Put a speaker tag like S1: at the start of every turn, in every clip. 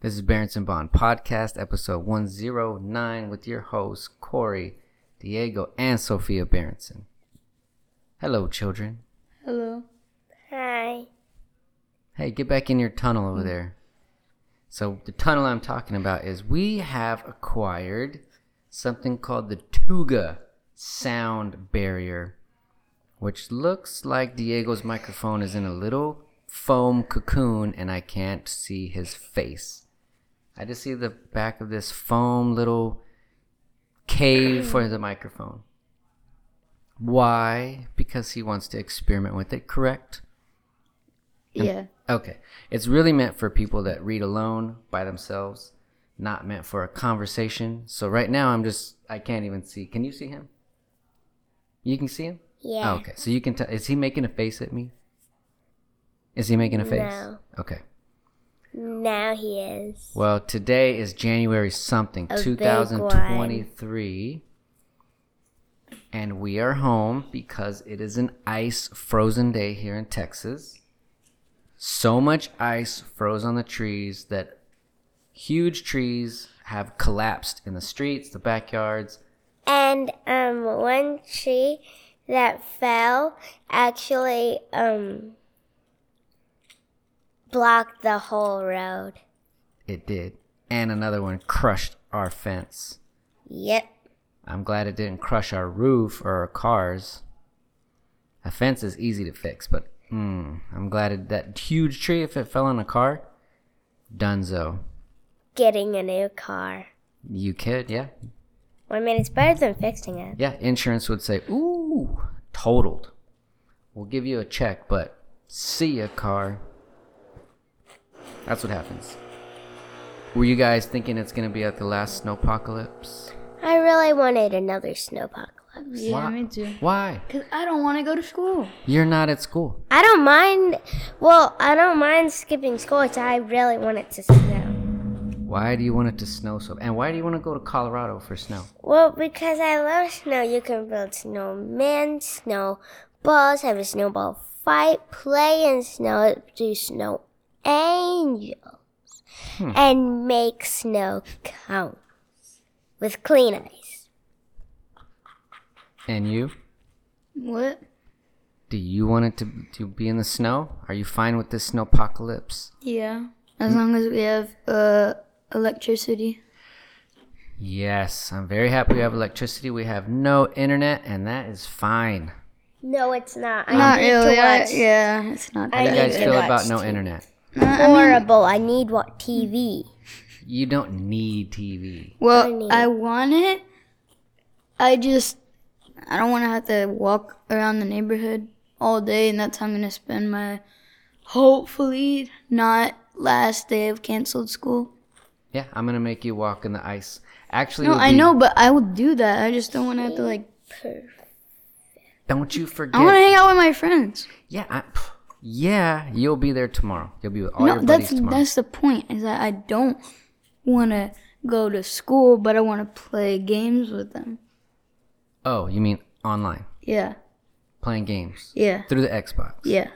S1: This is Berenson Bond Podcast, episode 109, with your hosts, Corey, Diego, and Sophia Berenson. Hello, children.
S2: Hello.
S3: Hi.
S1: Hey, get back in your tunnel over there. So, the tunnel I'm talking about is we have acquired something called the Tuga sound barrier, which looks like Diego's microphone is in a little foam cocoon and I can't see his face. I just see the back of this foam little cave for the microphone. Why? Because he wants to experiment with it, correct?
S2: Yeah.
S1: Okay. It's really meant for people that read alone by themselves, not meant for a conversation. So right now I'm just I can't even see. Can you see him? You can see him?
S3: Yeah.
S2: Oh.
S1: okay. So you can tell is he making a face at me? Is he making a face?
S3: No.
S1: Okay.
S3: Now he is.
S1: Well, today is January something,
S3: A big
S1: 2023. And we are home because it is an ice frozen day here in Texas. So much ice froze on the trees that huge trees have collapsed in the streets, the backyards.
S3: And um, one tree that fell actually um blocked the whole road.
S1: It did. And another one crushed our fence.
S3: Yep.
S1: I'm glad it didn't crush our roof or our cars. A fence is easy to fix, but mm, I'm glad it, that huge tree, if it fell on a car, dunzo.
S3: Getting a new car.
S1: You could, yeah.
S3: Well, I mean, it's better than fixing it.
S1: Yeah, insurance would say, ooh, totaled. We'll give you a check, but see ya, car. That's what happens. Were you guys thinking it's going to be at the last snowpocalypse?
S3: I really wanted another snowpocalypse.
S2: Yeah,
S1: Why-
S2: me too.
S1: Why?
S2: Cause I don't want to go to school.
S1: You're not at school.
S3: I don't mind. Well, I don't mind skipping school. It's I really want it to snow.
S1: Why do you want it to snow so? And why do you want to go to Colorado for snow?
S3: Well, because I love snow. You can build snowmen, snow balls, have a snowball fight, play in snow, do snow angels, and make snow cones with clean ice.
S1: And you?
S2: What?
S1: Do you want it to to be in the snow? Are you fine with this snowpocalypse?
S2: Yeah. As long as we have uh electricity.
S1: Yes, I'm very happy we have electricity. We have no internet, and that is fine.
S3: No, it's not. Um, I
S2: Not
S3: need
S2: really.
S3: to
S2: I,
S3: watch.
S2: yeah, it's not.
S3: I
S1: How do you
S3: need
S1: guys
S3: to
S1: feel
S3: watch
S1: about no internet?
S2: Uh,
S3: Horrible. I need what TV.
S1: You don't need TV.
S2: well, I want it. I just I don't want to have to walk around the neighborhood all day, and that's how I'm gonna spend my hopefully not last day of canceled school.
S1: Yeah, I'm gonna make you walk in the ice. Actually,
S2: No,
S1: it'll
S2: I
S1: be-
S2: know, but I will do that. I just don't want to have to like.
S1: Don't you
S2: I want to
S1: forget?
S2: hang out with my friends.
S1: Yeah, I, pff, yeah, you'll be there tomorrow. You'll be with all
S2: No,
S1: your buddies
S2: that's
S1: tomorrow.
S2: that's the point. Is that I don't want to go to school, but I want to play games with them.
S1: Oh, you mean online
S2: Yeah,
S1: playing games
S2: yeah,
S1: through the Xbox?
S2: yeah.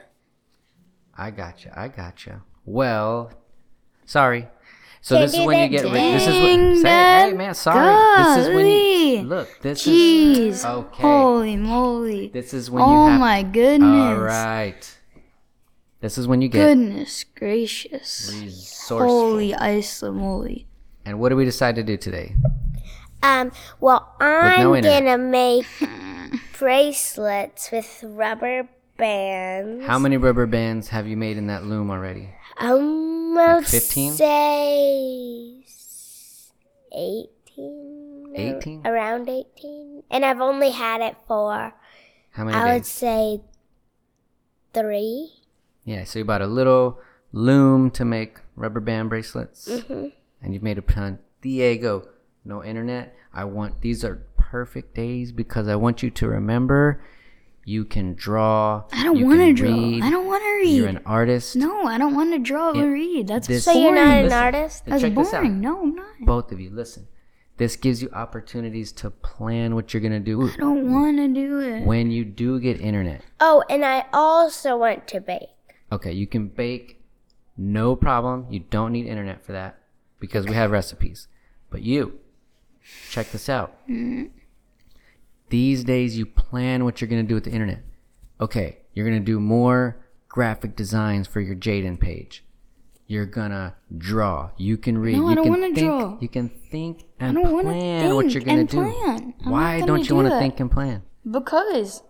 S1: I gotcha. I gotcha. Well, sorry. So
S3: Can't
S1: this is
S3: do
S1: when you
S3: that,
S1: get rid.
S3: Dad.
S1: This is
S2: Dang,
S1: what. Say,
S2: Dad.
S1: hey man, sorry. This is when you
S2: Golly.
S1: look. This
S2: Jeez.
S1: is okay.
S2: Holy moly.
S1: This is when you
S2: oh
S1: have.
S2: my goodness.
S1: All right. This is when you get
S2: Goodness gracious.
S1: resourceful.
S2: Holy isomoly.
S1: And what do we decide to do today?
S3: Um, well, I'm
S1: no internet.
S3: gonna make bracelets with rubber bands.
S1: How many rubber bands have you made in that loom already?
S3: Um, I would
S1: 15?
S3: say s- 18.
S1: 18?
S3: Around 18. And I've only had it for,
S1: How many
S3: I would
S1: days?
S3: say, three.
S1: Yeah. So you bought a little loom to make rubber band bracelets.
S2: Mm-hmm.
S3: hmm
S1: and you've made a plan. Diego, no internet. I want these are perfect days because I want you to remember you can draw.
S2: I don't
S1: you
S2: want to
S1: can
S2: draw.
S1: read,
S2: I don't want to read.
S1: You're an artist.
S2: no, I don't want to draw or read. That's
S1: this-
S3: So you're not
S2: boring.
S3: an
S1: Listen.
S3: artist?
S1: And
S2: That's
S1: check this out.
S2: boring. No, I'm not.
S1: Both of you, listen. This gives you opportunities to plan what you're gonna do
S2: I don't want to do it.
S1: when you do get internet.
S3: Oh, and I also want to bake.
S1: Okay, you can bake, no problem. You don't need internet for that. because we have recipes. But you, check this out.
S2: Mm-hmm.
S1: These days, you plan what you're going to do with the internet. Okay, you're going to do more graphic designs for your Jaden page. You're going to draw. You can read.
S2: No, I
S1: you
S2: don't
S1: can
S2: wanna
S1: think-
S2: draw.
S1: You can think and
S2: don't wanna
S1: plan what
S2: think
S1: you're going
S2: and
S1: to do.
S2: plan. I'm
S1: Why
S2: not gonna
S1: don't you
S2: do
S1: want to
S2: that.
S1: think and plan?
S2: Because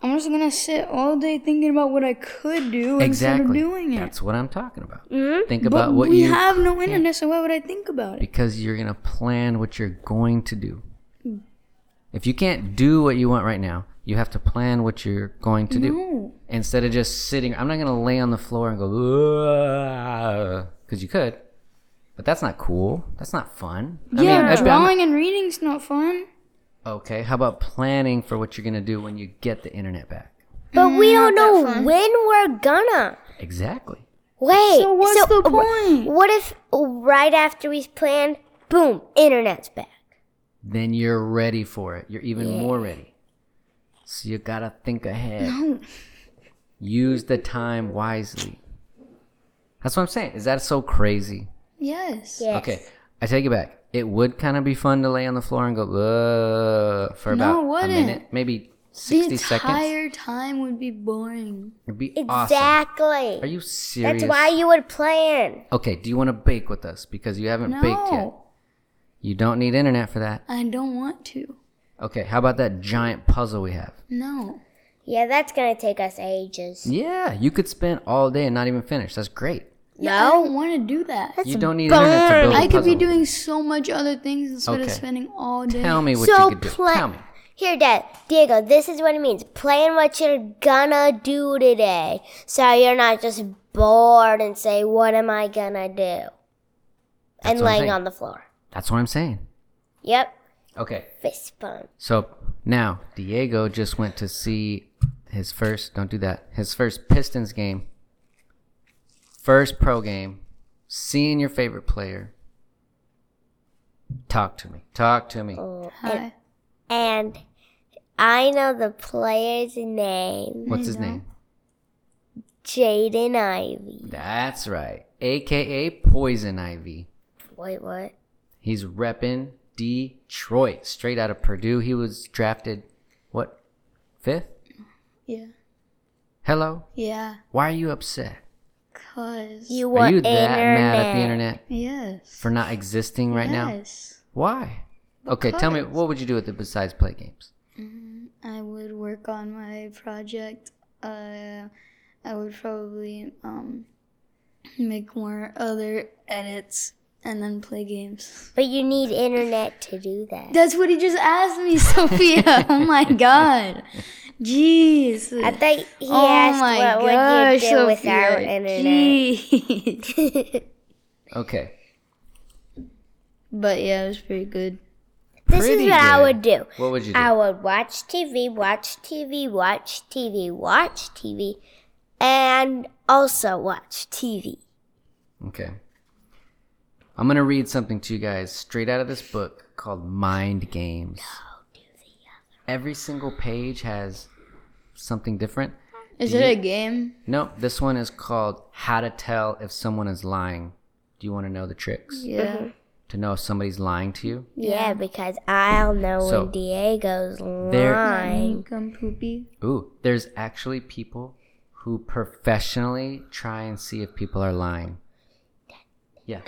S2: I'm just gonna sit all day thinking about what I could do
S1: Exactly.
S2: instead of doing it. Mm-hmm.
S1: That's what I'm talking about.
S3: Mhm.
S1: Think about
S2: but
S1: what
S2: we
S1: you
S2: have no internet, so why would I think about it?
S1: because you're going to plan what you're going to do. If you can't do what you want right now, you have to plan what you're going to do
S2: No.
S1: instead of just sitting. I'm not going to lay on the floor and go because you could, but that's not cool. That's not fun.
S2: yeah,
S1: I- I'm-
S2: drawing and reading's not fun.
S1: okay, how about planning for what you're going to do when you get the internet back?
S3: But we don't
S2: Mm, not that
S3: know
S2: fun.
S3: when we're gonna.
S1: Exactly.
S3: Wait.
S2: So what's the
S3: wh-
S2: point?
S3: What if right after we plan, boom, internet's back?
S1: Then you're ready for it. You're even more ready. So you got to think ahead.
S2: No.
S1: Use the time wisely. That's what I'm saying. Is that so crazy?
S2: Yes.
S3: Yes.
S1: Okay, I take it back. It would kind of be fun to lay on the floor and go "Ugh," for
S2: No,
S1: about
S2: it
S1: a
S2: wouldn't.
S1: minute, maybe
S2: The
S1: sixty seconds.
S2: entire time would be boring.
S1: It'd be awesome.
S3: Exactly.
S1: Are you serious?
S3: That's why you would plan.
S1: Okay, do you want to bake with us? Because you haven't baked yet.
S2: No,
S1: You don't need internet for that.
S2: I don't want to.
S1: Okay, how about that giant puzzle we have?
S2: No.
S3: Yeah, that's gonna take us ages.
S1: Yeah, you could spend all day and not even finish. That's great.
S2: I
S3: No.
S2: don't want to do that.
S1: you don't need internet to build a
S2: I could be
S1: puzzle.
S2: doing so much other things instead
S1: Okay.
S2: of spending all day.
S1: Tell me what
S3: So
S1: you could do.
S3: pla-
S1: Tell me.
S3: Here, Dad, Diego, this is what it means. Plan what you're gonna do today. So you're not just bored and say, What am I gonna do? and
S1: what I'm
S3: laying
S1: saying.
S3: on the floor.
S1: That's what I'm saying.
S3: Yep.
S1: Okay.
S3: Fist bump.
S1: So now Diego just went to see his first don't do that. His first Pistons game. First pro game. Seeing your favorite player. Talk to me. Talk to me.
S3: Oh, And,
S2: Hi.
S3: and I know the player's name
S1: What's his name?
S3: Jaden Ivy.
S1: That's right. AKA Poison Ivy.
S3: Wait, what?
S1: He's repping Detroit. Straight out of Purdue. He was drafted what? Fifth?
S2: Yeah.
S1: Hello?
S2: Yeah.
S1: Why are you upset?
S2: Cause.
S3: You
S1: Are
S3: want
S1: you that mad at the
S3: internet.
S1: internet
S2: Yes.
S1: for not existing right now?
S2: Yes.
S1: Why? Okay, tell me
S2: Because-
S1: what would you do with it besides play games?
S2: I would work on my project. Uh, I would probably um, make more other edits and then play games.
S3: But you need internet to do that.
S2: That's what he just asked me, Sophia. oh my god. Jeez.
S3: I think he
S2: oh
S3: asked
S2: my
S3: what
S2: gosh,
S3: would you do
S2: Sophia.
S3: without internet.
S2: Jeez.
S1: Okay.
S2: but yeah, it was pretty good.
S3: This is
S1: Pretty
S3: what I
S1: good.
S3: would do.
S1: What would you do?
S3: I would watch TV, watch TV, watch TV, watch TV, and also watch TV.
S1: Okay. I'm going to read something to you guys straight out of this book called Mind Games. Every single page has something different.
S2: Is it a game?
S1: Nope, this one is called How to Tell If Someone is Lying. Do you want to know the tricks?
S2: Yeah.
S1: To know if somebody's lying to you?
S3: Yeah, because I'll know
S1: So,
S3: when Diego's
S1: there-
S3: lying.
S2: Come poopy.
S1: Ooh, there's actually people who professionally try and see if people are lying. Yeah.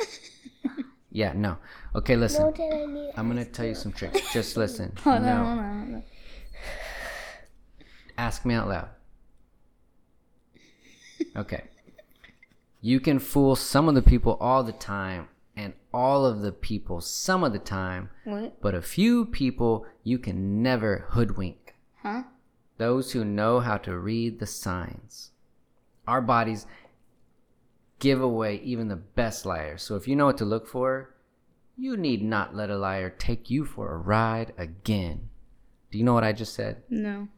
S1: Yeah, no. Okay, listen.
S3: What did I need?
S1: I'm going to tell you some tricks. Just listen.
S2: Hold on, hold
S1: No.
S2: on, hold on.
S1: Ask me out loud. Okay. You can fool some of the people all the time and all of the people some of the time,
S2: What?
S1: but a few people you can never hoodwink.
S2: Huh?
S1: those who know how to read the signs. Our bodies give away even the best liars. So if you know what to look for, you need not let a liar take you for a ride again. Do you know what I just said?
S2: No.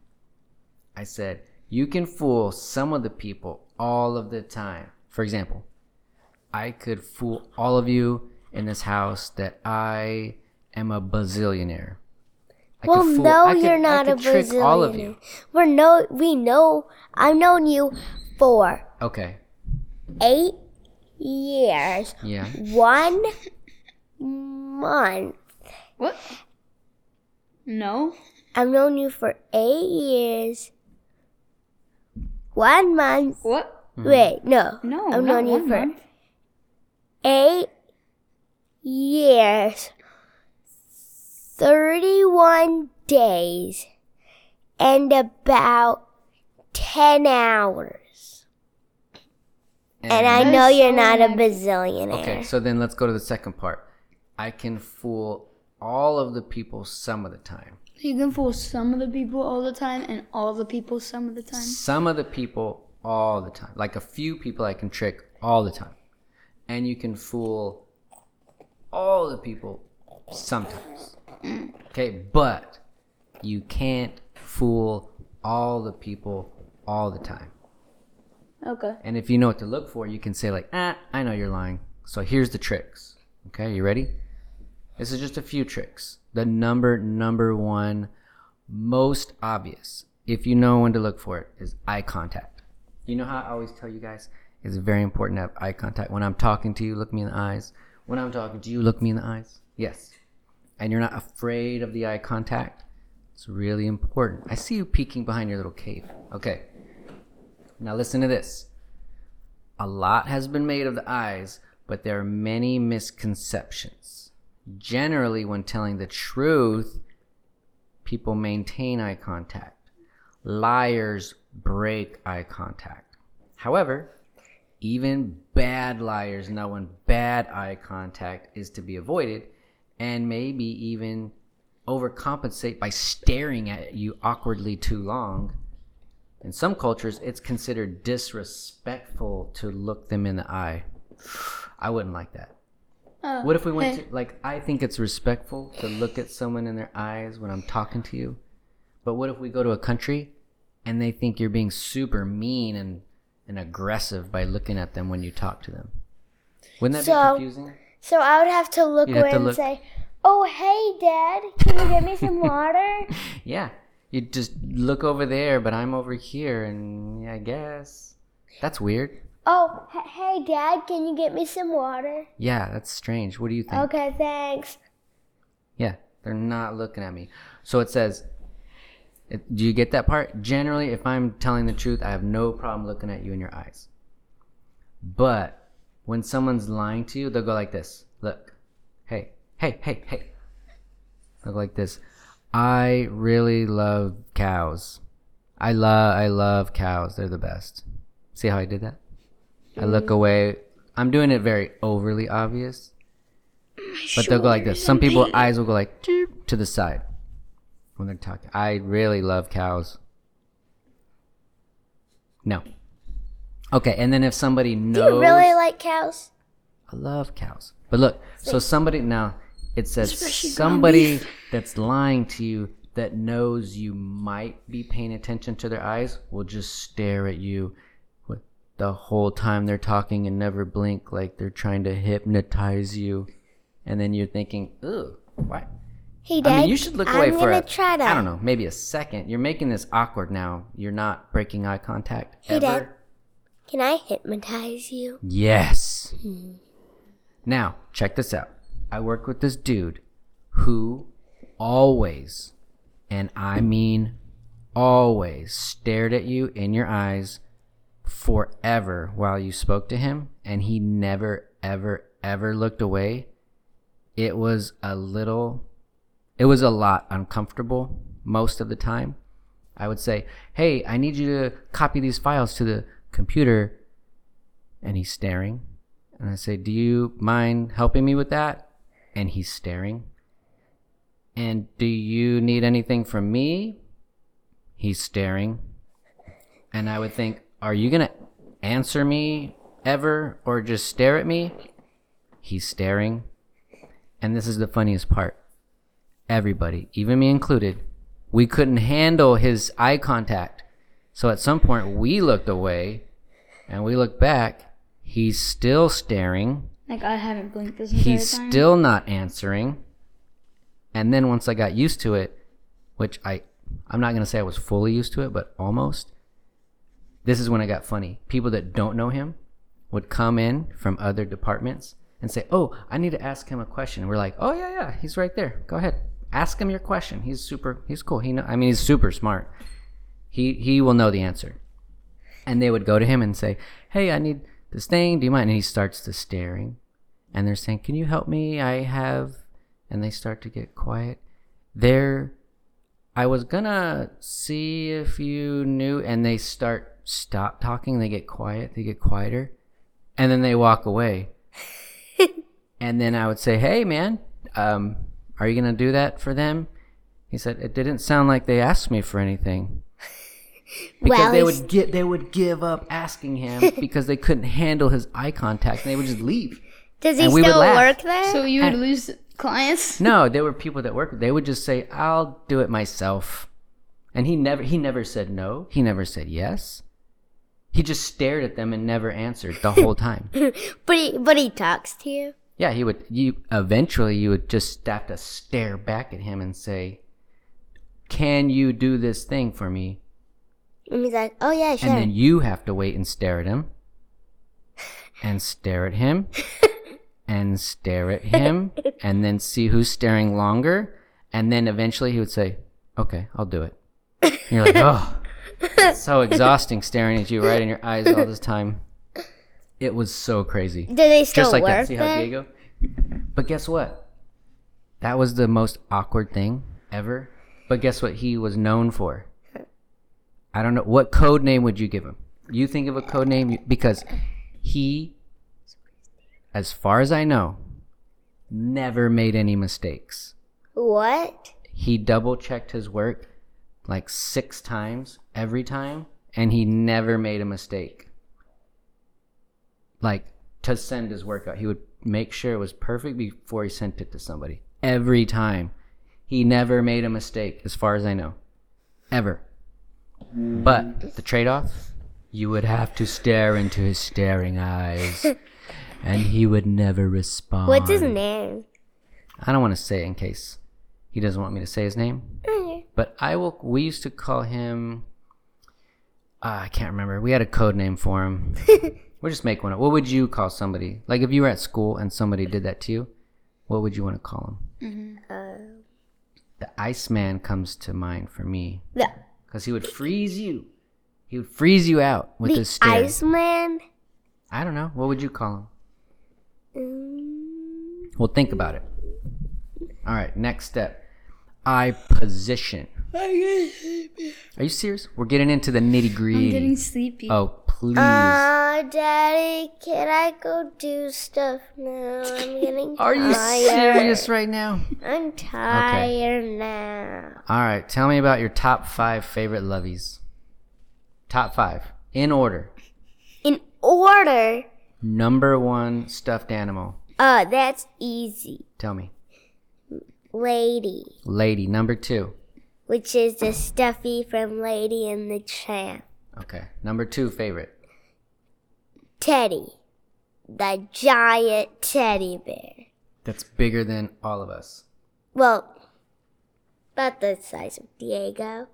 S1: I said, you can fool some of the people all of the time. For example, I could fool all of you in this house that I am a bazillionaire. I could
S3: well,
S1: fool-
S3: no,
S1: I could-
S3: you're
S1: I
S3: not a
S1: could trick
S3: Brazilian.
S1: all of you.
S3: We're no, we know. I've known you for
S1: Okay.
S3: eight years.
S1: Yeah.
S3: One month.
S2: What? No.
S3: I've known you for eight years. One month.
S2: What?
S1: Mm-hmm. Mm.
S3: Wait, no.
S2: No.
S3: I've
S2: not
S3: known you
S2: one
S3: for
S2: month.
S3: eight years, 31 days, and about 10 hours. And I know
S2: That's
S3: you're
S2: so
S3: not a
S2: nice.
S3: bazillionaire.
S1: Okay, so then let's go to the second part. I can fool all of the people some of the time.
S2: You can fool some of the people all the time and all the people some of the time.
S1: Some of the people all the time. Like a few people I can trick all the time. And you can fool all the people sometimes. Okay, but you can't fool all the people all the time.
S2: Okay.
S1: And if you know what to look for, you can say like, "Ah, I know you're lying." So here's the tricks. Okay, you ready? This is just a few tricks. The number number one most obvious, if you know when to look for it, is eye contact. You know how I always tell you guys it's very important to have eye contact. When I'm talking to you, look me in the eyes. When I'm talking to you, look me in the eyes. Yes. And you're not afraid of the eye contact. It's really important. I see you peeking behind your little cave. Okay. Now listen to this. A lot has been made of the eyes, but there are many misconceptions. Generally, when telling the truth, people maintain eye contact. Liars break eye contact. However, even bad liars know when bad eye contact is to be avoided and maybe even overcompensate by staring at you awkwardly too long. In some cultures, it's considered disrespectful to look them in the eye. I wouldn't like that.
S2: Uh,
S1: What if we went to, like, I think it's respectful to look at someone in their eyes when I'm talking to you. But what if we go to a country and they think you're being super mean and, and aggressive by looking at them when you talk to them? Wouldn't that
S3: So-
S1: be confusing?
S3: So I would have to look
S1: You'd have
S3: away
S1: to
S3: and
S1: look.
S3: say, Oh, hey, Dad, can you get me some water?
S1: Yeah. You just look over there, but I'm over here, and yeah, I guess. That's weird.
S3: Oh, h- hey, Dad, can you get me some water?
S1: Yeah, that's strange. What do you think?
S3: Okay, thanks.
S1: Yeah, they're not looking at me. So it says, it- do you get that part? Generally, if I'm telling the truth, I have no problem looking at you in your eyes. But when someone's lying to you, they'll go like this Look, hey, hey, hey, hey. Look like this. I really love cows. I love I love cows. They're the best. See how I did that? I
S3: Mm.
S1: look away. I'm doing it very overly obvious. But they'll go like this. Some people eyes will go like "Doop," to the side when they're talking. I really love cows. No. Okay, and then if somebody
S3: Do
S1: knows
S3: you really like cows?
S1: I love cows. But look, so somebody now it says somebody that's lying to you that knows you might be paying attention to their eyes will just stare at you with- the whole time they're talking and never blink like they're trying to hypnotize you. And then you're thinking, "Ooh, what?"
S3: Hey, Dad.
S1: I mean, you should look away
S3: I'm
S1: for
S3: gonna
S1: a,
S3: try that.
S1: I don't know, maybe a second. You're making this awkward now. You're not breaking eye contact
S3: Hey,
S1: ever.
S3: Dad. Can I hypnotize you?
S1: Yes. Hmm. Now, check this out. I work with this dude who always, and I mean always, stared at you in your eyes forever while you spoke to him, and he never, ever, ever looked away. It was a little, it was a lot uncomfortable most of the time. I would say, Hey, I need you to copy these files to the computer and he's staring. And I say, Do you mind helping me with that? And he's staring. And do you need anything from me? He's staring. And I would think, Are you going to answer me ever or just stare at me? He's staring. And this is the funniest part. Everybody, even me included, we couldn't handle his eye contact. So at some point, we looked away and we look back. He's still staring.
S2: Like I haven't blinked this entire
S1: He's
S2: time.
S1: still not answering. And then once I got used to it, which I, I'm not gonna say I was fully used to it, but almost. This is when I got funny. People that don't know him would come in from other departments and say, "Oh, I need to ask him a question." And we're like, "Oh yeah, yeah, he's right there. Go ahead, ask him your question. He's super. He's cool. He know. I mean, he's super smart. He he will know the answer." And they would go to him and say, "Hey, I need this thing. Do you mind?" And he starts to staring, and they're saying, "Can you help me? I have," and they start to get quiet. They're I was gonna see if you knew, and they start stop talking. They get quiet. They get quieter, and then they walk away. and then I would say, "Hey, man, um, are you gonna do that for them?" He said, "It didn't sound like they asked me for anything." Because
S3: Well,
S1: they
S3: he's-
S1: would get, they would give up asking him because they couldn't handle his eye contact, and they would just leave.
S3: Does he
S1: And we would
S3: still
S1: laugh.
S3: work there?
S2: So you would
S1: And-
S2: lose clients.
S1: No, there were people that worked. They would just say, "I'll do it myself," and he never he never said no. He never said yes. He just stared at them and never answered the whole time.
S3: but he but he talks to you.
S1: yeah, he would. You eventually you would just have to stare back at him and say, "Can you do this thing for me?"
S3: And he's like, oh yeah, sure.
S1: And then you have to wait and stare at him, and stare at him, and stare at him, and then see who's staring longer. And then eventually he would say, Okay, I'll do it. And you're like, Oh, it's so exhausting staring at you right in your eyes all this time. It was so crazy.
S3: Do they still
S1: Just like
S3: work
S1: that. See how
S3: there?
S1: Diego? But guess what? That was the most awkward thing ever. But guess what he was known for? I don't know. What code name would you give him? You think of a code name you- because he, as far as I know, never made any mistakes.
S3: What?
S1: He double checked his work like six times every time, and he never made a mistake. Like to send his work out, he would make sure it was perfect before he sent it to somebody. Every time, he never made a mistake, as far as I know, ever. But the trade-off, you would have to stare into his staring eyes, and he would never respond.
S3: What's his name?
S1: I don't want to say in case he doesn't want me to say his name.
S3: Okay.
S1: But I will. We used to call him. Uh, I can't remember. We had a code name for him. we'll just make one. up. What would you call somebody? Like if you were at school and somebody did that to you, what would you want to call him?
S3: Uh,
S1: The Iceman comes to mind for me
S3: the
S1: because he would freeze you. He would freeze you out with his
S3: the
S1: stare.
S3: Iceman.
S1: I don't know. What would you call him?
S3: Mm,
S1: Well, think about it. All right, next step. I position. Are you serious? We're getting into the nitty
S2: I'm getting
S1: gritty.
S2: sleepy.
S1: Oh, please.
S3: Uh, Daddy, can I go do stuff now? I'm getting
S1: Are you
S3: tired.
S1: serious right now?
S3: I'm tired now.
S1: All right, tell me about your top five favorite lovies. Top five, in order.
S3: In order,
S1: Number one stuffed animal.
S3: uh, that's easy.
S1: Tell me.
S3: Lady,
S1: Lady. Number two.
S3: which is the stuffy from Lady and the Tramp.
S1: Okay. Number two favorite.
S3: Teddy, the giant teddy bear.
S1: That's bigger than all of us.
S3: Well, about the size of Diego.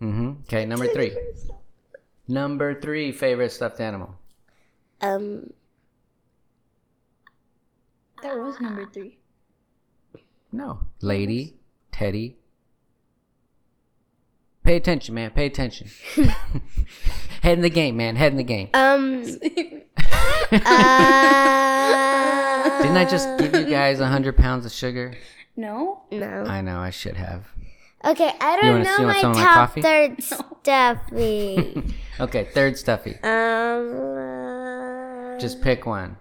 S1: Mm-hmm. Okay. Number three. Number three favorite stuffed animal.
S3: Um,
S2: That was number three.
S1: No. Lady, Teddy. Pay attention, man. Pay attention. head in the game, man. Head in the game.
S3: um, uh,
S1: Didn't I just give you guys 100 pounds of sugar?
S2: no.
S3: no.
S1: I know, I should have.
S3: Okay, I
S1: You
S3: don't
S1: wanna-
S3: know
S1: you want
S3: my
S1: some
S3: top
S1: of my coffee?
S3: third stuffy.
S1: Okay, third stuffy.
S3: um,
S1: Just pick one.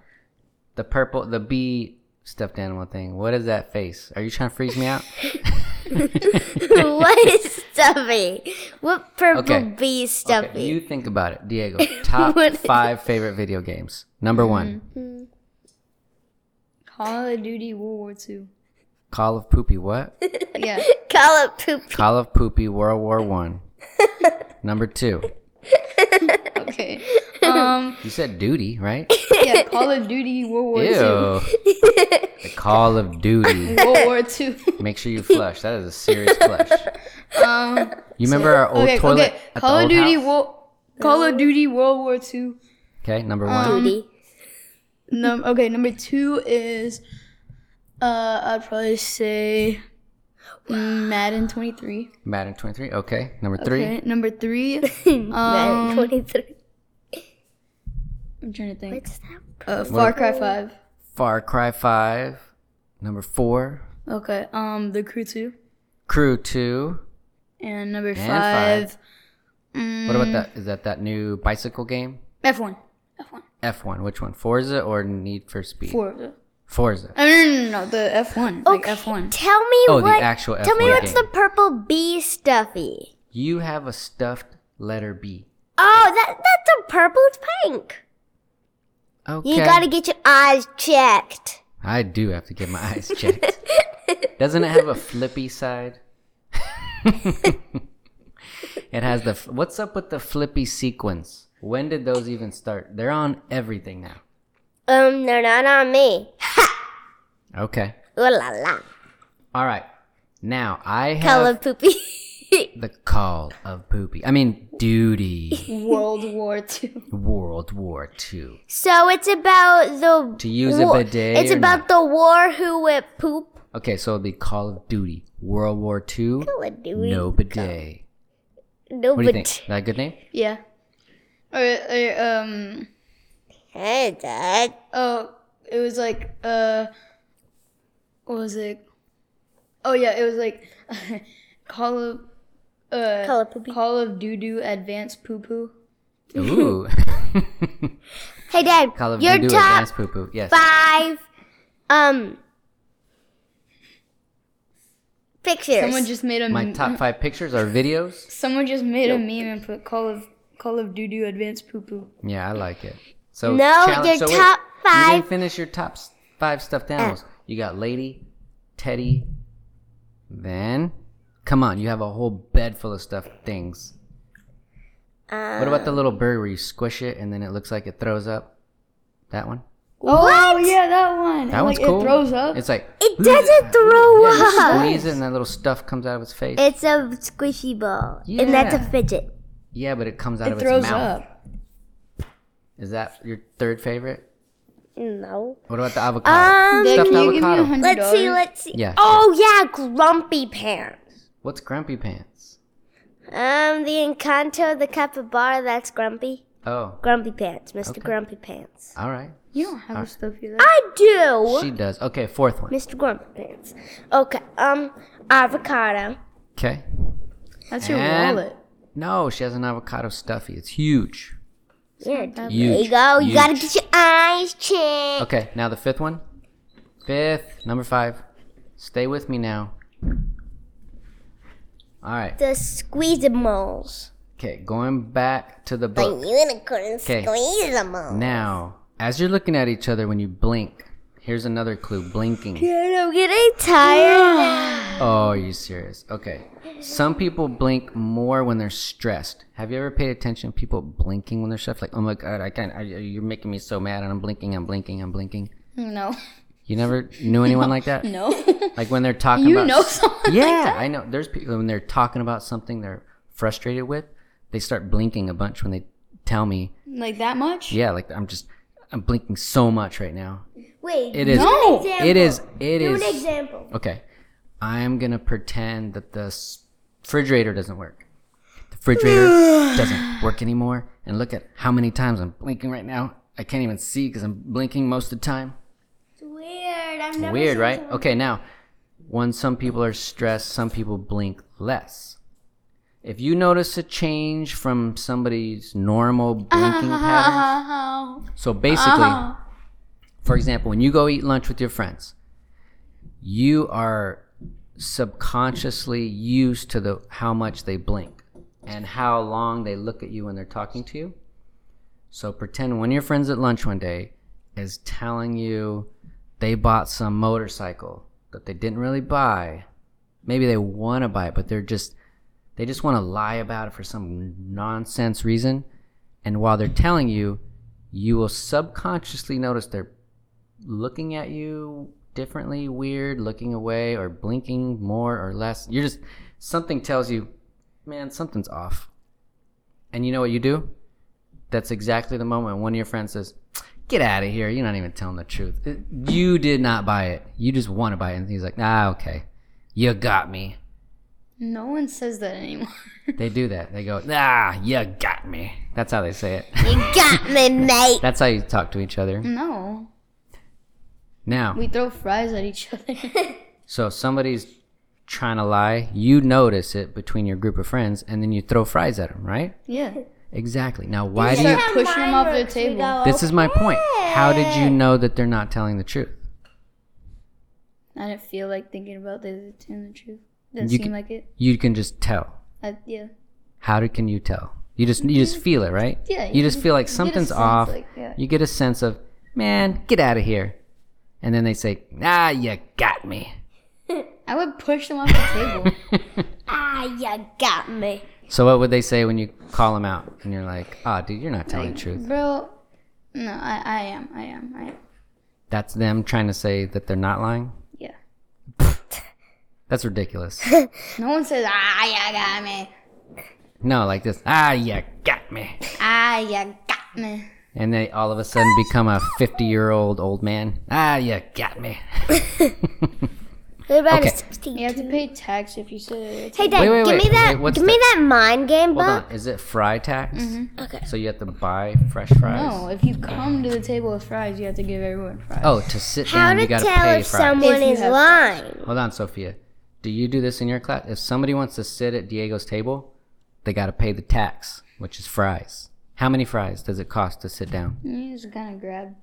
S1: The purple, the bee stuffed animal thing. What is that face? Are you trying to freeze me out?
S3: uh, what is stuffy? What purple
S1: Okay.
S3: bee stuffy?
S1: Okay, you think about it, Diego. Top five favorite video games. Number one,
S2: Call of Duty World War Two.
S1: Call of Poopy. What?
S2: Yeah.
S3: Call it poop.
S1: Call of Poopy World War One. Number two,
S2: Okay. Um.
S1: you said duty, right?
S2: Yeah. Call of Duty World War
S1: Ew.
S2: Two.
S1: the Call of Duty.
S2: World War Two.
S1: Make sure you flush. That is a serious flush.
S2: Um.
S1: You remember our old
S2: Okay.
S1: toilet?
S2: Okay.
S1: at the
S2: Call of
S1: old
S2: Duty
S1: house?
S2: World. Call of Duty World War Two.
S1: Okay, number one.
S2: Um,
S3: Duty.
S2: Num- okay, number two is uh, I'd probably say Madden 23.
S1: Madden 23. Okay. Number three.
S2: Okay, number three.
S3: Madden
S2: Um,
S3: 23.
S2: I'm trying to think.
S3: What's that?
S2: Uh, Far Cry 5.
S1: Far Cry 5. Number four.
S2: Okay, um, The Crew 2.
S1: Crew 2.
S2: And number
S1: five.
S2: five, mm,
S1: What about that? Is that that new bicycle game?
S2: F1. F1.
S1: F1. Which one? Forza or Need for Speed?
S2: Four. No,
S1: Forza.
S2: no, no, no, no, the F1. Like
S3: Okay.
S2: F1.
S3: Tell me
S1: Oh, the
S3: what.
S1: actual
S3: tell me
S1: F1
S3: what's
S1: game.
S3: the purple bee stuffy.
S1: You have a stuffed letter B.
S3: Oh, that that's a purple tank.
S1: Okay.
S3: You gotta get your eyes checked.
S1: I do have to get my eyes checked. Doesn't it have a flippy side? it has the. What's up with the flippy sequence? When did those even start? They're on everything now.
S3: Um, they're not on me.
S1: Okay.
S3: Ooh la la.
S1: All right. Now I have
S3: Color poopy.
S1: the call of poopy. I mean duty.
S2: World War Two.
S1: World War II.
S3: so it's about the
S1: To use a
S3: wa-
S1: bidet
S3: It's
S1: or
S3: about
S1: not?
S3: the war who whip poop.
S1: Okay, so it'll be Call of Duty. World War II.
S3: What do we?
S1: No bidet.
S3: No,
S1: What do you
S3: but
S1: think? Is that a good name?
S2: Yeah. Or, or um
S3: Hey, Dad.
S2: oh it was like uh what was it? Oh yeah, it was like Call of uh
S3: Call of Poopy.
S2: Call of Doo Doo Advanced Poo Poo.
S1: Ooh.
S3: Hey, Dad.
S1: Call of
S3: your
S1: Duty.
S3: top
S1: Advanced Poo Poo. Yes.
S3: five um pictures.
S2: Someone just made a
S1: My
S2: m-
S1: top five pictures are videos.
S2: someone just made a meme and put Call of Call of Doo Doo Advanced Poo Poo.
S1: Yeah, I like it. So
S3: No,
S1: challenge-
S3: your
S1: so wait,
S3: top
S1: You
S3: five.
S1: didn't finish your top s- five stuffed animals.
S2: Uh.
S1: You got Lady, Teddy, then come on, you have a whole bed full of stuffed things.
S3: Uh,
S1: What about
S2: Uh.
S1: the little bird where you squish it and then it looks like it throws up? That one?
S2: Oh yeah, that one.
S1: That
S2: And,
S1: one's
S2: like,
S1: cool.
S2: It throws up.
S1: It's like
S3: it doesn't throw
S1: yeah, you
S3: up.
S1: squeeze it and that little stuff comes out of its face.
S3: It's a squishy ball, and that's a
S1: Yeah.
S3: fidget.
S1: yeah, but it comes out
S2: it
S1: of
S2: throws
S1: its mouth.
S3: Um,
S2: up.
S1: Is that your third favorite?
S3: No.
S1: What about the avocado?
S3: Um,
S2: Dad,
S1: stuffed
S2: can you give me
S1: avocado.
S2: a hundred
S3: Let's see.
S2: dollars?
S3: Let's see.
S1: Uh, Yeah,
S3: Oh yeah, Grumpy Pants.
S1: What's grumpy pants?
S3: Um, the Encanto, the capybara. That's Grumpy.
S1: Oh,
S3: Grumpy Pants, Mr. Grumpy Pants.
S1: all right.
S2: You don't
S1: Ah.
S2: have a stuff either.
S3: I do.
S1: She does. Okay, fourth one.
S3: Mr. Grumpy Pants. Okay. Um, avocado.
S1: Okay.
S2: That's your
S1: And-
S2: wallet.
S1: No, she has an avocado stuffy. It's huge.
S3: Yeah.
S1: Huge.
S3: There you go. You
S1: Huge.
S3: gotta get your eyes checked.
S1: Okay, now the fifth one. Fifth, number five. Stay with me now. All right.
S3: The squeezimals.
S1: Okay, going back to the
S3: The
S1: book.
S3: unicorn
S1: 'Kay.
S3: squeezimals.
S1: Now, as you're looking at each other when you blink, here's another clue blinking.
S3: I'm getting tired.
S1: Oh, are you serious? Okay. Some people blink more when they're stressed. Have you ever paid attention to people blinking when they're stressed? Like, oh my God, I can't, I, you're making me so mad and I'm blinking, I'm blinking, I'm blinking.
S2: No.
S1: You never knew anyone like that?
S2: No.
S1: Like when they're talking
S2: you
S1: about.
S2: know someone.
S1: yeah, I know. There's people when they're talking about something they're frustrated with, they start blinking a bunch when they tell me,
S2: Like that much?
S1: yeah, like I'm just, I'm blinking so much right now.
S3: Wait.
S1: It is.
S2: No.
S1: It is. It
S3: Do
S1: is.
S3: an example.
S1: Okay. I'm going to pretend that the s- refrigerator doesn't work. The refrigerator doesn't work anymore. And look at how many times I'm blinking right now. I can't even see because I'm blinking most of the time.
S3: It's weird. I've never
S1: Weird,
S3: seen
S1: right?
S3: someone-
S1: Okay, now, when some people are stressed, some people blink less. If you notice a change from somebody's normal blinking pattern,
S3: Uh-huh.
S2: Wow.
S1: so basically, for example, when you go eat lunch with your friends, you are subconsciously used to the how much they blink and how long they look at you when they're talking to you. So pretend one of your friends at lunch one day is telling you they bought some motorcycle that they didn't really buy. Maybe they want to buy it, but they're just they just want to lie about it for some nonsense reason. And while they're telling you, you will subconsciously notice they're looking at you differently, weird, looking away, or blinking more or less. You're just, something tells you, man, something's off. And you know what you do? That's exactly the moment one of your friends says, Get out of here. You're not even telling the truth. It- You did not buy it. You just want to buy it. And he's like, ah, okay. You got me.
S2: No one says that anymore.
S1: They do that. They go, ah, you got me. That's how they say it.
S3: You got me, mate.
S1: That's how you talk to each other.
S2: no.
S1: Now,
S2: We throw fries at each other.
S1: so if somebody's trying to lie, you notice it between your group of friends, and then you throw fries at them, right?
S2: yeah.
S1: Exactly. Now, why do
S2: Start
S1: you?
S2: pushing them off their table.
S1: This is my point. How did you know that they're not telling the truth?
S2: I didn't feel like thinking about the, telling the truth. Didn't
S1: You
S2: seem
S1: can-
S2: like it.
S1: You can just tell.
S2: I, yeah.
S1: How do, can you tell? You just you just feel it, right?
S2: Yeah,
S1: You
S2: you
S1: just feel like something's
S2: sense,
S1: off.
S2: like, yeah.
S1: You get a sense of, man, get out of here, and then they say, ah, you got me.
S2: I would push them off the table.
S3: Ah, you got me.
S1: So what would they say when you call them out and you're like, ah, dude, you're not telling the truth?
S2: Bro. No, I, I am. I am. I am.
S1: That's them trying to say that they're not lying.
S2: Yeah.
S1: That's ridiculous.
S2: No one says, ah, you got me.
S1: no, like this, ah, you got me,
S2: Ah, you got me.
S1: and they all of a sudden become a 50 year old old man. Ah, you got me.
S3: What about
S1: Okay.
S3: a 16?
S2: You have to pay tax if you say
S3: Hey, Dad,
S1: Wait, wait,
S3: give
S1: wait.
S3: me that.
S1: Wait, what's
S3: give me that mind game
S1: Hold
S3: book.
S1: on, is it fry tax?
S3: Mm-hmm. Okay.
S1: So you have to buy fresh fries.
S2: No, if you come to the table with fries, you have to give everyone fries.
S1: Oh, to sit
S3: How
S1: down,
S3: to
S1: you gotta
S3: tell
S1: pay
S3: if
S1: fries.
S3: someone
S2: If you
S3: is
S2: have
S3: lying?
S1: Hold on, Sophia. Do you do this in your class? If somebody wants to sit at Diego's table, they gotta pay the tax, which is fries. How many fries does it cost to sit down?
S2: You just kind of grab,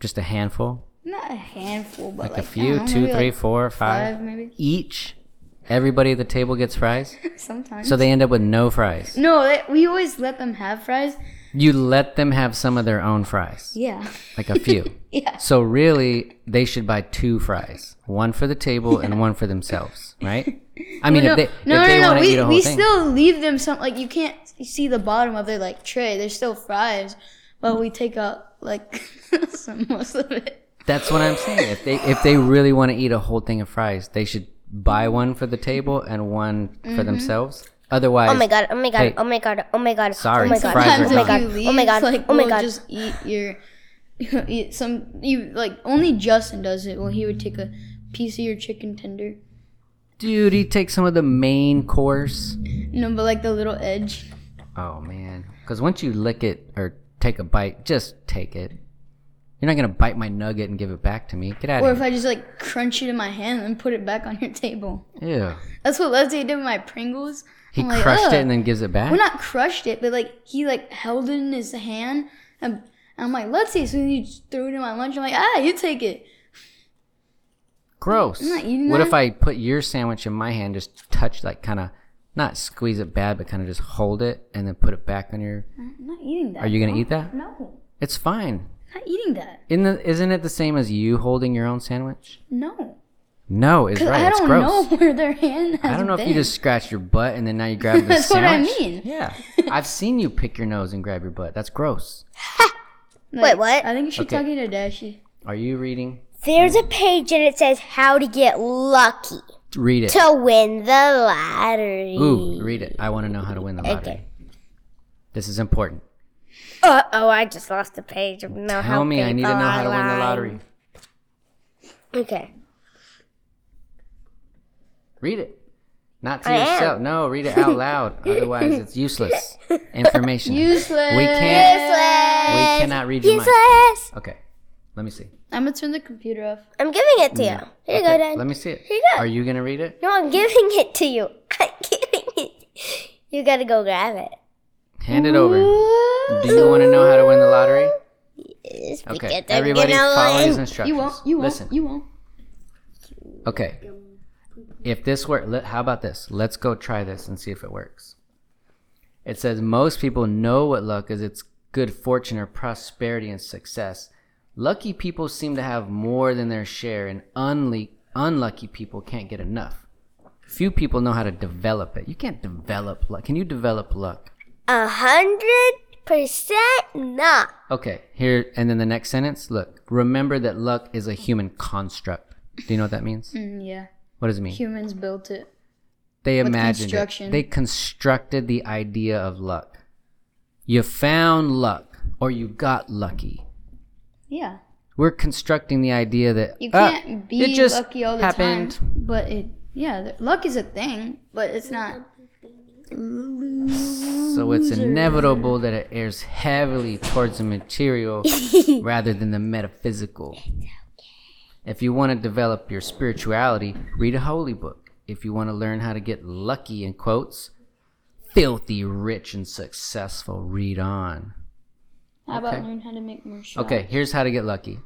S1: Just a handful?
S2: not a handful, but like,
S1: a few?
S2: I don't know,
S1: two,
S2: maybe
S1: three,
S2: like
S1: four, five?
S2: five, maybe
S1: Each? Everybody at the table gets fries?
S2: sometimes.
S1: So they end up with no fries.
S2: no, they, we always let them have fries.
S1: You let them have some of their own fries,
S2: Yeah,
S1: like a few.
S2: yeah.
S1: So really, they should buy two fries, one for the table and one for themselves, right? I mean,
S2: no,
S1: if they,
S2: no,
S1: if they
S2: no,
S1: want
S2: no.
S1: to eat
S2: We,
S1: a whole
S2: we
S1: thing,
S2: still leave them some. Like you can't see the bottom of their like tray. There's still fries, but we take out like some most of it.
S1: that's what I'm saying. If they if they really want to eat a whole thing of fries, they should buy one for the table and one
S2: Mm-hmm.
S1: for themselves. Otherwise,
S3: Oh my god! Oh my god!
S1: Hey.
S3: Oh my god! Oh my god!
S1: Sorry,
S3: oh my god!
S1: fries
S3: Oh
S1: are gone.
S3: my god!
S2: Sometimes if you
S3: Oh my god!
S2: leave, like,
S3: oh my
S2: we'll
S3: god!
S2: Just eat your, eat some. You like only Justin does it. Well, he would take a piece of your chicken tender.
S1: dude, he takes some of the main course.
S2: No, but like the little edge.
S1: Oh man, because once you lick it or take a bite, just take it. You're not gonna bite my nugget and give it back to me. Get out
S2: Or
S1: of
S2: if I just like crunch it in my hand and put it back on your table.
S1: here. Ew.
S2: That's what Leslie did with my Pringles.
S1: He
S2: I'm like,
S1: crushed it
S2: "Ugh."
S1: and then gives it back.
S2: Well, not crushed it, but like he like held it in his hand, and, and I'm like, let's see. So he just threw it in my lunch. I'm like, ah, you take it.
S1: Gross.
S2: not eating
S1: what
S2: that.
S1: if I put your sandwich in my hand, just touch, like, kind of, not squeeze it bad, but kind of just hold it and then put it back on your.
S2: I'm not eating that.
S1: Are you gonna eat that?
S2: No,
S1: It's fine.
S2: not eating that.
S1: Isn't, the, isn't it the same as you holding your own sandwich?
S2: No,
S1: No, it's
S2: because
S1: right.
S2: I
S1: it's
S2: don't
S1: gross.
S2: know where their hand. Has
S1: I don't know
S2: been.
S1: if you just scratched your butt and then now you grab the
S2: That's what I
S1: sandwich.
S2: mean.
S1: Yeah, I've seen you pick your nose and grab your butt. That's gross.
S2: Like,
S3: Wait, what?
S2: I think you should
S1: Okay.
S2: talk to Dashi.
S1: Are you reading?
S3: There's a page and it says how to get lucky
S1: Read it.
S3: to win the lottery.
S1: Ooh, read it. I want to know how to win the lottery.
S3: Okay.
S1: This is important.
S3: Uh oh! I just lost the page. I don't know how
S1: Tell me, I need to
S3: people
S1: know
S3: are
S1: how to win the
S3: lying.
S1: lottery.
S3: Okay.
S1: Read it. Not to
S3: I am.
S1: yourself. No, read it out loud. Otherwise, it's useless information.
S2: Useless.
S1: We can't. We
S3: Useless.
S1: cannot read your mind.
S3: Useless.
S1: Okay. Let me see.
S2: I'm gonna turn the computer off.
S3: I'm giving it to you. Here you
S1: Okay,
S3: go, Dad.
S1: Let me see it.
S3: you go.
S1: Are you gonna read it?
S3: No, I'm giving it to you. I'm giving it. You gotta go grab it.
S1: Hand it over. Do you want to know how to win the lottery?
S3: It's
S1: Okay.
S3: because I'm
S1: Everybody
S3: gonna
S1: follow these
S3: win.
S1: instructions.
S2: You won't. You won't.
S1: Listen.
S2: You won't.
S1: Okay. If this were, let, how about this? Let's go try this and see if it works. It says most people know what luck is. It's good fortune or prosperity and success. Lucky people seem to have more than their share, and unle- unlucky people can't get enough. Few people know how to develop it. You can't develop luck. Can you develop luck?
S3: A hundred percent not.
S1: Okay, here, and then the next sentence. Look, remember that luck is a human construct. Do you know what that means?
S2: Mm, yeah.
S1: What does it mean?
S2: Humans built it.
S1: They
S2: With
S1: imagined it.
S2: construction.
S1: They constructed the idea of luck. You found luck, or you got lucky.
S2: Yeah.
S1: We're constructing the idea that
S2: You
S1: "Ah,
S2: can't be
S1: it just
S2: lucky all the
S1: happened.
S2: time. But it, yeah, th- luck is a thing, but it's not.
S1: So it's inevitable that it errs heavily towards the material rather than the metaphysical. If you want to develop your spirituality, read a holy book. If you want to learn how to get lucky, in quotes, filthy rich and successful, read on.
S2: How about
S1: Okay.
S2: learn how to make more shots?
S1: Okay, here's how to get lucky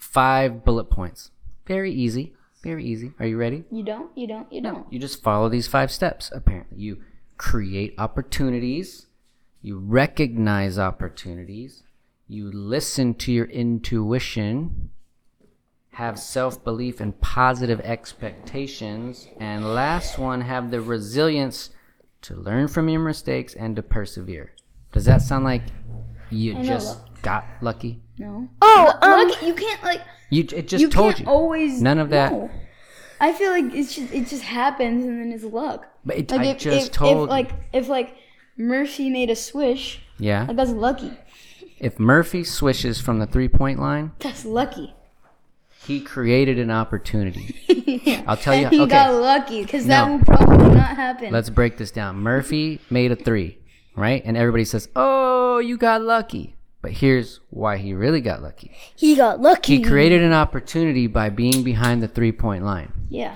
S1: five bullet points. Very easy. Very easy. Are you ready?
S2: You don't, you don't, you don't.
S1: You just follow these five steps, apparently. You create opportunities, you recognize opportunities, you listen to your intuition, have self belief and positive expectations, and last one, have the resilience to learn from your mistakes and to persevere. Does that sound like you
S2: know
S1: just got lucky?
S2: No.
S3: Oh, um,
S2: luck, you can't, like,
S1: You it just
S2: you
S1: told
S2: can't
S1: you.
S2: always.
S1: None of that.
S2: No. I feel like it's just, it just happens and then it's luck.
S1: but it,
S2: Like
S1: I
S2: if,
S1: just
S2: if,
S1: told
S2: if, like, if, like, Mercy made a swish,
S1: you. Yeah.
S2: like, that's lucky.
S1: If Murphy swishes from the three point line,
S2: That's lucky.
S1: He created an opportunity.
S2: yeah.
S1: I'll tell you.
S2: He got
S1: Okay,
S2: lucky because that
S1: No.
S2: will probably not happen.
S1: let's break this down. Murphy made a three, right? And everybody says, "Oh, you got lucky." But here's why he really got lucky.
S3: he got lucky.
S1: He created an opportunity by being behind the three-point line.
S2: yeah.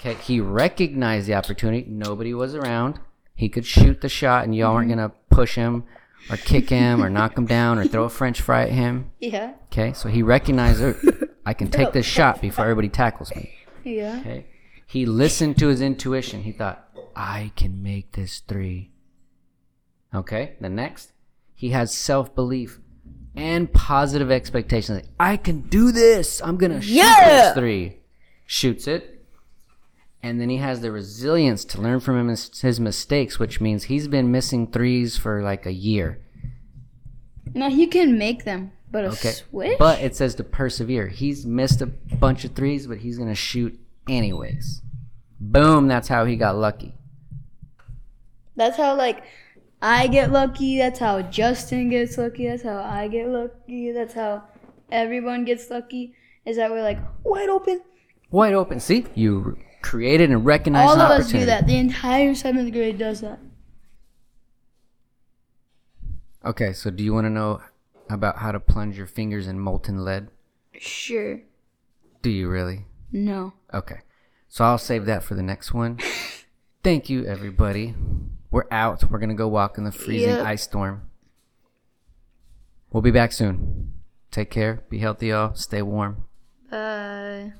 S1: Okay, he recognized the opportunity. Nobody was around. He could shoot the shot, and y'all
S2: Mm-hmm.
S1: weren't gonna push him, or kick him, or knock him down, or throw a French fry at him.
S2: Yeah.
S1: Okay, so he recognized, "Oh, I can take this shot before everybody tackles me.
S2: Yeah.
S1: Okay. He listened to his intuition. He thought, I can make this three. Okay. The next, he has self belief and positive expectations. Like, I can do this. I'm going to shoot
S3: Yeah.
S1: this three. Shoots it. And then he has the resilience to learn from him his, his mistakes, which means he's been missing threes for like a year.
S2: No, he can make them, but a
S1: Okay.
S2: swish.
S1: But it says to persevere. He's missed a bunch of threes, but he's going to shoot anyways. Boom, that's how he got lucky.
S2: that's how like I get lucky. That's how Justin gets lucky. That's how I get lucky. That's how everyone gets lucky. Is that we're like wide open.
S1: Wide open. See, you created and recognized
S2: All
S1: an
S2: of us
S1: opportunity.
S2: do that. The entire seventh grade does that.
S1: Okay, so do you want to know about how to plunge your fingers in molten lead?
S2: Sure.
S1: Do you really?
S2: No.
S1: Okay, so I'll save that for the next one. Thank you, everybody. We're out. We're gonna go walk in the freezing
S2: Yep.
S1: ice storm. We'll be back soon. Take care. Be healthy, y'all. Stay warm.
S2: Bye.